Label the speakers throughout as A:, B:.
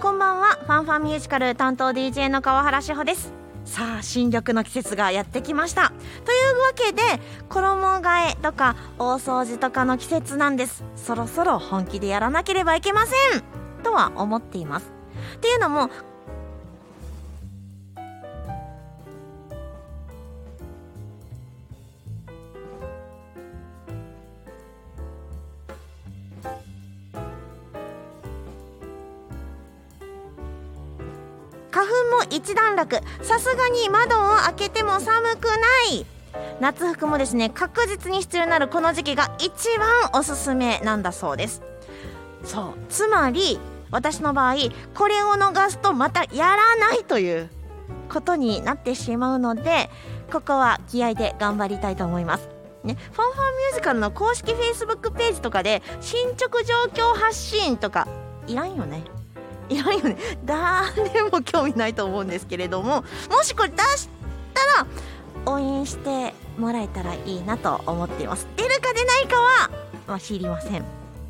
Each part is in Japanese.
A: こんばんはファンファンミュージカル担当 DJ の川原志保ですさあ新緑の季節がやってきましたというわけで衣替えとか大掃除とかの季節なんですそろそろ本気でやらなければいけませんとは思っていますっていうのも花粉も一段落さすがに窓を開けても寒くない夏服もですね確実に必要になるこの時期が一番おすすめなんだそうですそうつまり私の場合これを逃すとまたやらないということになってしまうのでここは気合で頑張りたいと思いますね、ファンファンミュージカルの公式 Facebook ページとかで進捗状況発信とかいらんよねいらんよね誰も興味ないと思うんですけれどももしこれ出したら応援してもらえたらいいなと思っています出るか出ないかは、まあ、知りません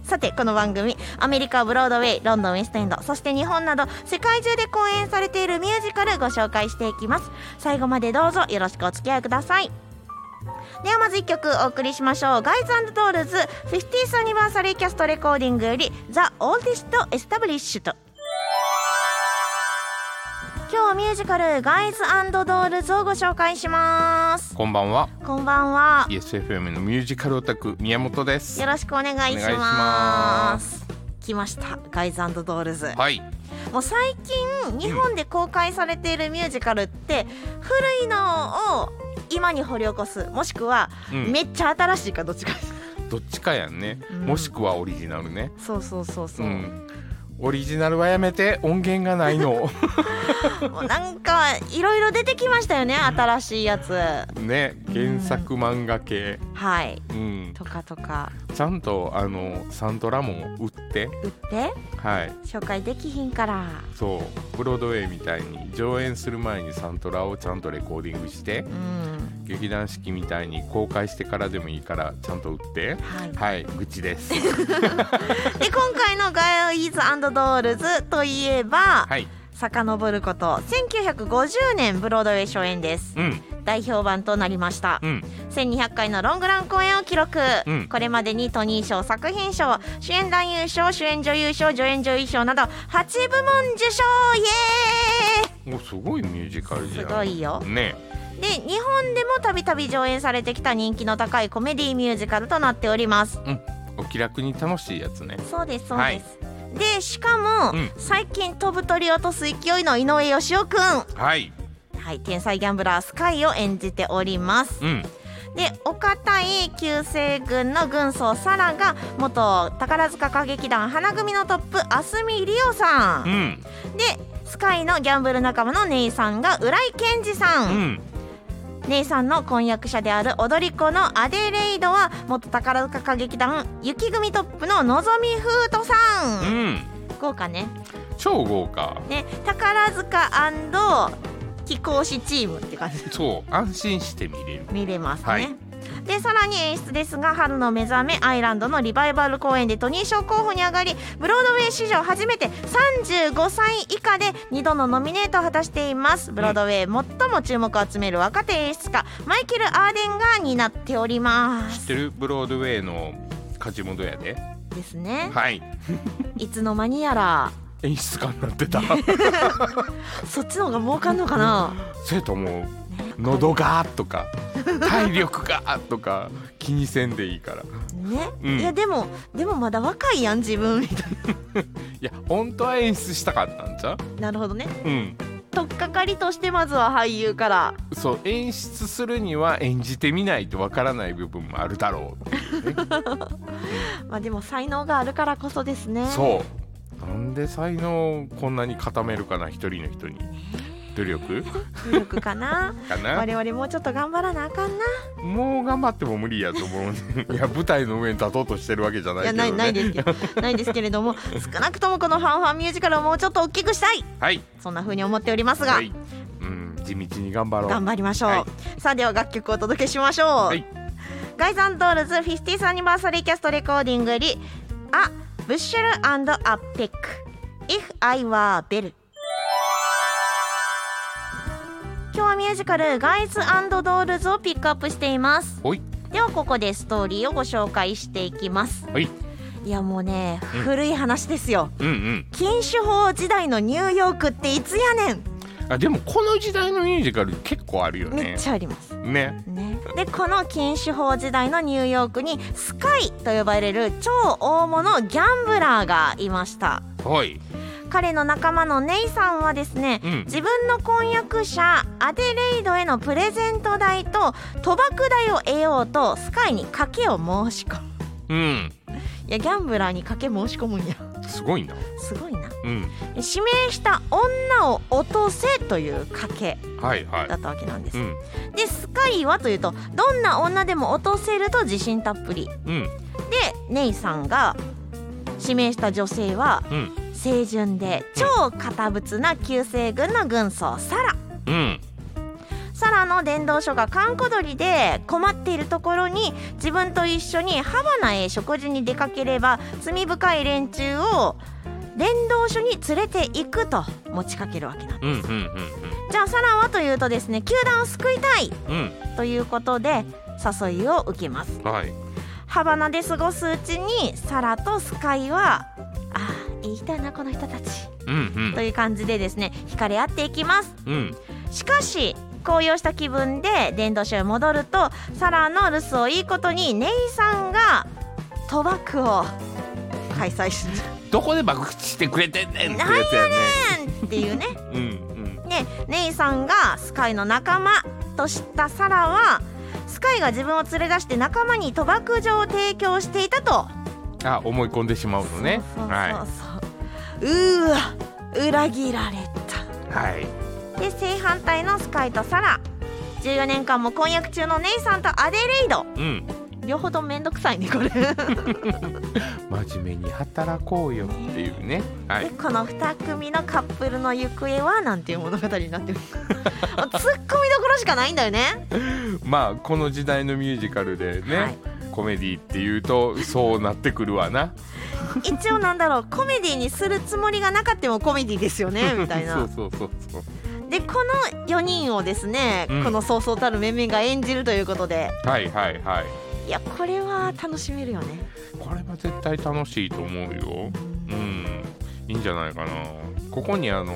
A: さてこの番組アメリカブロードウェイロンドンウェストエンドそして日本など世界中で公演されているミュージカルご紹介していきます最後までどうぞよろしくお付き合いくださいではまず1曲お送りしましょうガイズトールズ 50th アニバーサリーキャストレコーディングより「ザ・オーディスト・エスタブリッシュと今日ミュージカル「ガイズドールズ」をご紹介します
B: こんばんは
A: こんばんは
B: ESFM のミュージカルオタク宮本です
A: よろしくお願いし
B: お願いし
A: ま
B: ます
A: 来ましたガイズドールズ、
B: はい
A: もう最近日本で公開されているミュージカルって古いのを今に掘り起こすもしくは
B: うん
A: めっちゃ新しいかどっちか です、
B: どっちかやんね
A: うん
B: もしくはオリジナルね
A: そうそうそうそうう、
B: んオリジナルはやめて音源がな いの
A: もうなんかいろいろ出てきましたよね新しいやつ
B: ね原作漫画系
A: はい
B: うん
A: とかとか
B: ちゃんとあのサントラも売って
A: 売って
B: はい
A: 紹介できひんから
B: そうブロードウェイみたいに上演する前にサントラをちゃんとレコーディングして
A: うん
B: 劇団四季みたいに公開してからでもいいからちゃんと売って
A: はい
B: はい愚痴です
A: で今回の「ガイズドールズ」といえば、
B: はい
A: 遡ること1950年ブロードウェイ初演です
B: うん
A: 代表版となりました
B: うん
A: 1200回のロングラン公演を記録、
B: うん
A: これまでにトニー賞作品賞主演男優賞主演女優賞助演女優賞など8部門受賞
B: おすごいミュージカル
A: イエーイ
B: じゃ
A: す
B: ん
A: ごいよ
B: ね
A: で日本でもたびたび上演されてきた人気の高いコメディミュージカルとなっております
B: お気楽に楽しいやつね
A: そうですそう
B: は
A: で
B: い
A: す、でしかも、
B: うん
A: 最近飛ぶ鳥落とす勢いの井上芳雄くん
B: はい
A: はい天才ギャンブラースカイを演じております
B: うん
A: で岡対旧制軍の軍曹サラが元宝塚歌劇団花組のトップあすみりおさん
B: う
A: で
B: ん
A: スカイのギャンブル仲間のネイさんが浦井健二さ、
B: うんん
A: ネイさんの婚約者である踊り子のアデレイドは元宝塚歌劇団雪組トップののぞみふうとさ、
B: うんん
A: 豪華ね
B: 超豪華
A: ね宝塚貴公子チームって感じ
B: そう安心して見れる
A: 見れますね。
B: はい
A: でさらに演出ですが「春の目覚め」アイランドのリバイバル公演でトニー賞候補に上がりブロードウェイ史上初めて35歳以下で2度のノミネートを果たしていますブロードウェイ最も注目を集める若手演出家マイケル・アーデンが担っておりま
B: 知っ
A: す
B: てるブロードウェイの梶本やで
A: ですね
B: はい
A: いつの間にやら
B: 演出家になってた
A: そっちの方が儲かんのかな
B: そうやと思う喉がとか体力がとか気にせんでいいから
A: ね、
B: うん
A: いやでもでもまだ若いやん自分 みたい
B: いや本当は演出したかったんじゃう
A: ななるほどね
B: うん
A: 取っかかりとしてまずは俳優から
B: そう演出するには演じてみないとわからない部分もあるだろうっていうね
A: まあでも才能があるからこそですね。
B: そうなんで才能をこんなに固めるかな一人の人に努力
A: 努力か な。
B: かな
A: 我々もうちょっと頑張らなあかんな。
B: もう頑張っても無理やと思う いや舞台の上に立とうとしてるわけじゃな
A: い
B: いけ
A: や
B: ど、ね、
A: ないないですけど、ないですけれども、少なくともこのファンファンミュージカルをもうちょっと大きくしたい。
B: はい、
A: そんな風に思っておりますが、
B: はい、うん地道に頑張ろう
A: 頑張りましょう。
B: は
A: さあでは楽曲をお届けしましょう。
B: い
A: ガイザンドールズ 50th アニバーサリーキャストレコーディングより、あ、ブッシェルアッペック。 If I Were Bell 今日はミュージカル「ガイズドールズ」をピックアップしています
B: おい
A: ではここでストーリーをご紹介していきます
B: はい
A: いやもうね、
B: うん
A: 古い話ですよ
B: うんうん
A: 禁酒法時代のニューヨークっていつやねん
B: あでもこの時代のミュージカル結構あるよ
A: め
B: ね
A: っちゃあります
B: ね
A: ね、でこの禁酒法時代のニューヨークにスカイと呼ばれる超大物ギャンブラーがいました
B: はい
A: 彼の仲間のネイさんはですね、
B: うん
A: 自分の婚約者アデレイドへのプレゼント代と賭博代を得ようとスカイに賭けを申し込む
B: うん
A: いやギャンブラーに賭け申し込むんや
B: すごいな
A: すごいな
B: うん
A: 指名した女を落とせという賭け
B: はいはい
A: だったわけなんです
B: う、ん
A: でスカイはというとどんな女でも落とせると自信たっぷり
B: うん
A: でネイさんが指名した女性は
B: うん
A: 清純で超堅物な旧西軍の軍曹サラ
B: うん
A: サラの伝道書が閑古鳥で困っているところに自分と一緒にハバナへ食事に出かければ罪深い連中を伝道書に連れて行くと持ちかけるわけなんで
B: うんうんうん
A: すじゃあサラはというとですね球団を救いたい
B: うん
A: ということで誘いを受けます
B: うんはい
A: ハバナで過ごすうちにサラとスカイはああいい人やなこの人たち
B: うん
A: という感じでですね惹かれ合っていきます
B: うんうん
A: しかし高揚した気分で伝道師へ戻るとサラの留守をいいことにネイさんが賭博を開催し
B: どこで爆クしてくれてんねんってやつやね
A: てんっていうね
B: うん
A: ねネイさんがスカイの仲間と知ったサラはスカイが自分を連れ出して仲間に賭博場を提供していたと
B: うんあ思い込んでしまうのね
A: そうそうそうそう
B: は
A: うーわ裏切られた
B: いはい
A: で正反対のスカイとサラ14年間も婚約中のネイさんとアデレイド
B: うん
A: 両方ともめんどくさいねこれで
B: 真面目に働こうよっていうねはい
A: この2組のカップルの行方はなんていう物語になってる もうツッコミどころしかないんだよね
B: まあこの時代のミュージカルでね、
A: はい
B: コメディっていうとそうなってくるわな
A: 一応なんだろうコメディにするつもりがなかったもコメディですよ ねみたい
B: そ
A: な
B: うそうそうそう
A: でこの4人をですね、
B: うん
A: このそうそうたる面々が演じるということで
B: はいはいはい
A: いやこれは楽しめるよね
B: これは絶対楽しいと思うようんいいんじゃないかなここにあの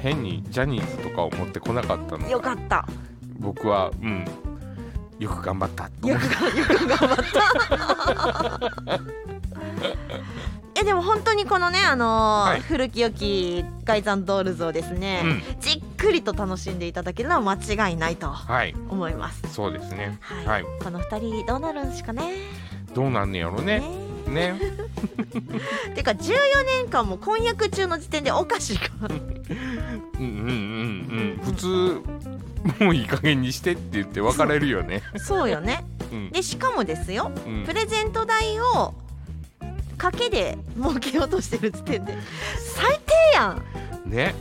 B: 変にジャニーズとかを持ってこなかったの
A: よかった
B: 僕はうんよく頑張ったと思
A: よ
B: う
A: くがよく頑張った えでも本当にこのねあのー
B: はい
A: 古き良きガイザンドールズをですね、
B: うん
A: じっくりと楽しんでいただけるのは間違いないと
B: はい
A: 思います
B: そうですね
A: はい
B: はい
A: この2人どうなるんですかね
B: どうなんねやろねね
A: えてか14年間も婚約中の時点でおかしいか
B: うんうんうんうん普通もういい加減にしてって言って別れるよね
A: そうよね
B: うん
A: でしかもですよ
B: うん
A: プレゼント代を賭けで儲けようとしてる時点で最低やん
B: ね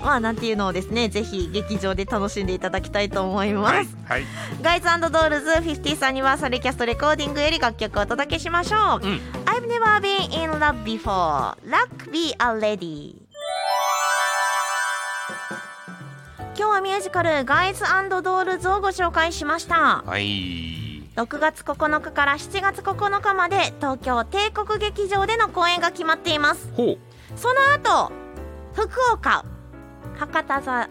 A: まあなんていうのをですねぜひ劇場で楽しんでいただきたいと思います、
B: はいはい
A: ガイズドールズ50th アニバーサルキャストレコーディングより楽曲をお届けしましょう、
B: うん
A: I've never been in love before Luck be a lady 今日はミュージカルガイズドールズをご紹介しました
B: はい
A: 6月9日から7月9日まで東京帝国劇場での公演が決まっています
B: ほ
A: その後福岡博多座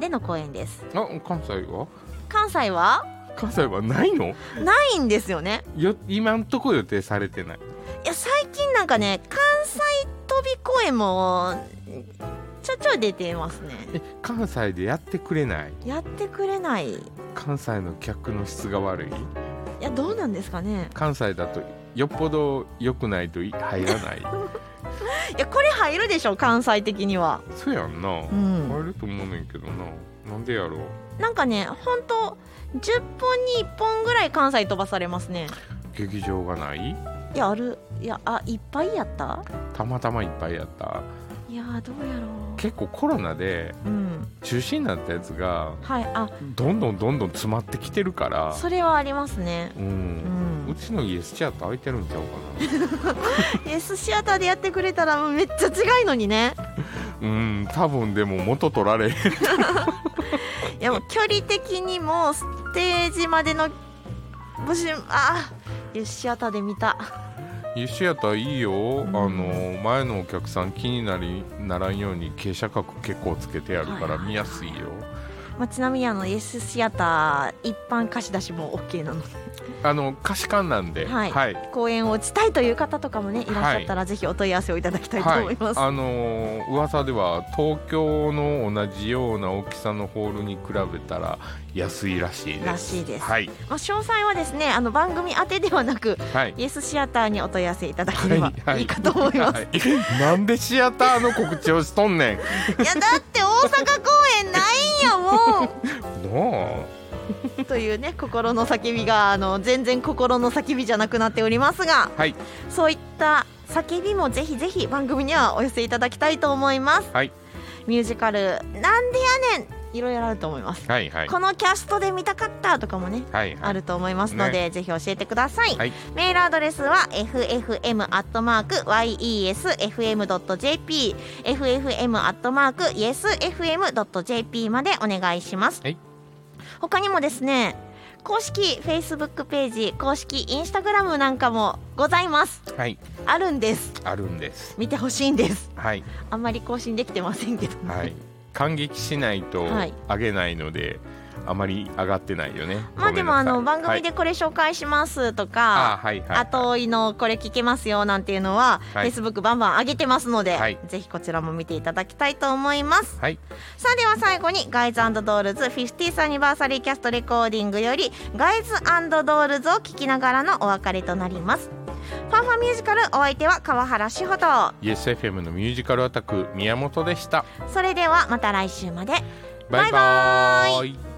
A: での公演です
B: うあ関西は
A: 関西は
B: 関西はないの
A: ないんですよね
B: よ今んとこ予定されてない
A: いや最近なんかね関西飛び公演もちょちょい出てますね
B: え関西でやってくれない
A: やってくれないい
B: 関西の客の質が悪い
A: やどうなんですかね
B: 関西だとよっぽど良くないとい入ら ない
A: いやこれ入るでしょ関西的には
B: そうやんな、
A: うん
B: 入ると思うねんけどななんでやろう
A: なんかねほんと10本に1本ぐらい関西飛ばされますね
B: 劇場がない
A: いやあるいやあいっぱいやった
B: たまたまいっぱいやった
A: いやどうやろ
B: 結構コロナで
A: ううん
B: 中止になったやつが
A: はいあ
B: どんどんどんどん詰まってきてるから
A: それはありますね
B: う、
A: うんん
B: うちの家スチュアート空いてるんちゃうかな
A: S シアターでやってくれたらめっちゃ違いのにね
B: うん多分でも元取られへん
A: いやもう距離的にもステージまでの募集あー S シアターで見た
B: ユシアターいいよ、あの前のお客さん気になりならんように傾斜角結構つけてあるから見やすいよ、
A: まあ、ちなみにあの S シアター一般貸し出しも OK なので
B: あの貸し館なんで
A: は
B: はいい、はい
A: 公演を打ちたいという方とかもねいらっしゃったらぜひお問い合わせをいただきたいと思います、
B: あのー噂では東京の同じような大きさのホールに比べたら安いらしいです
A: らしいです
B: はい
A: まあ、詳細はですねあの番組宛てではなく
B: はい
A: イエスシアターにお問い合わせいただければ
B: はい
A: いいかと思います、
B: はいなんでシアターの告知をしとんねんない
A: やだって大阪公演ないんやも
B: あ
A: うというね心の叫びがあの全然心の叫びじゃなくなっておりますが
B: はい
A: そういった叫びもぜひぜひ番組にはお寄せいただきたいと思います、
B: はい
A: ミュージカル「なんでやねん」いろいろあると思います、
B: はいはい
A: このキャストで見たかったとかもね
B: はい
A: あ
B: はい
A: ると思いますので、ぜひ教えてください、
B: はい
A: メールアドレスは ffm.yesfm.jp ffm.yesfm.jp までお願いします、
B: はい
A: 他にもですね公式 Facebook ページ公式 Instagram なんかもございます
B: はい
A: あるんです
B: あるんです
A: 見てほしいんです
B: はい
A: あんまり更新できてませんけどね、
B: はい、感激しないと
A: はい
B: 上げないので、あまり上がってないよね。
A: まあ
B: ごめ
A: で
B: ん
A: も
B: な
A: あ
B: さい
A: の番組でこれ紹介しますとか、
B: はい、あはいはい、
A: 後追いのこれ聞けますよなんていうのは、
B: はい
A: Facebook バンバン上げてますので、
B: はい
A: ぜひこちらも見ていただきたいと思います
B: はい
A: さあでは最後にガイズドールズ 50th アニバーサリーキャストレコーディングよりガイズドールズを聞きながらのお別れとなりますファンファンミュージカルお相手は川原志穂と
B: YesFM のミュージカルアタック宮本でした。
A: それではまた来週まで
B: バ
A: バ
B: イバ
A: イバーイ
B: イ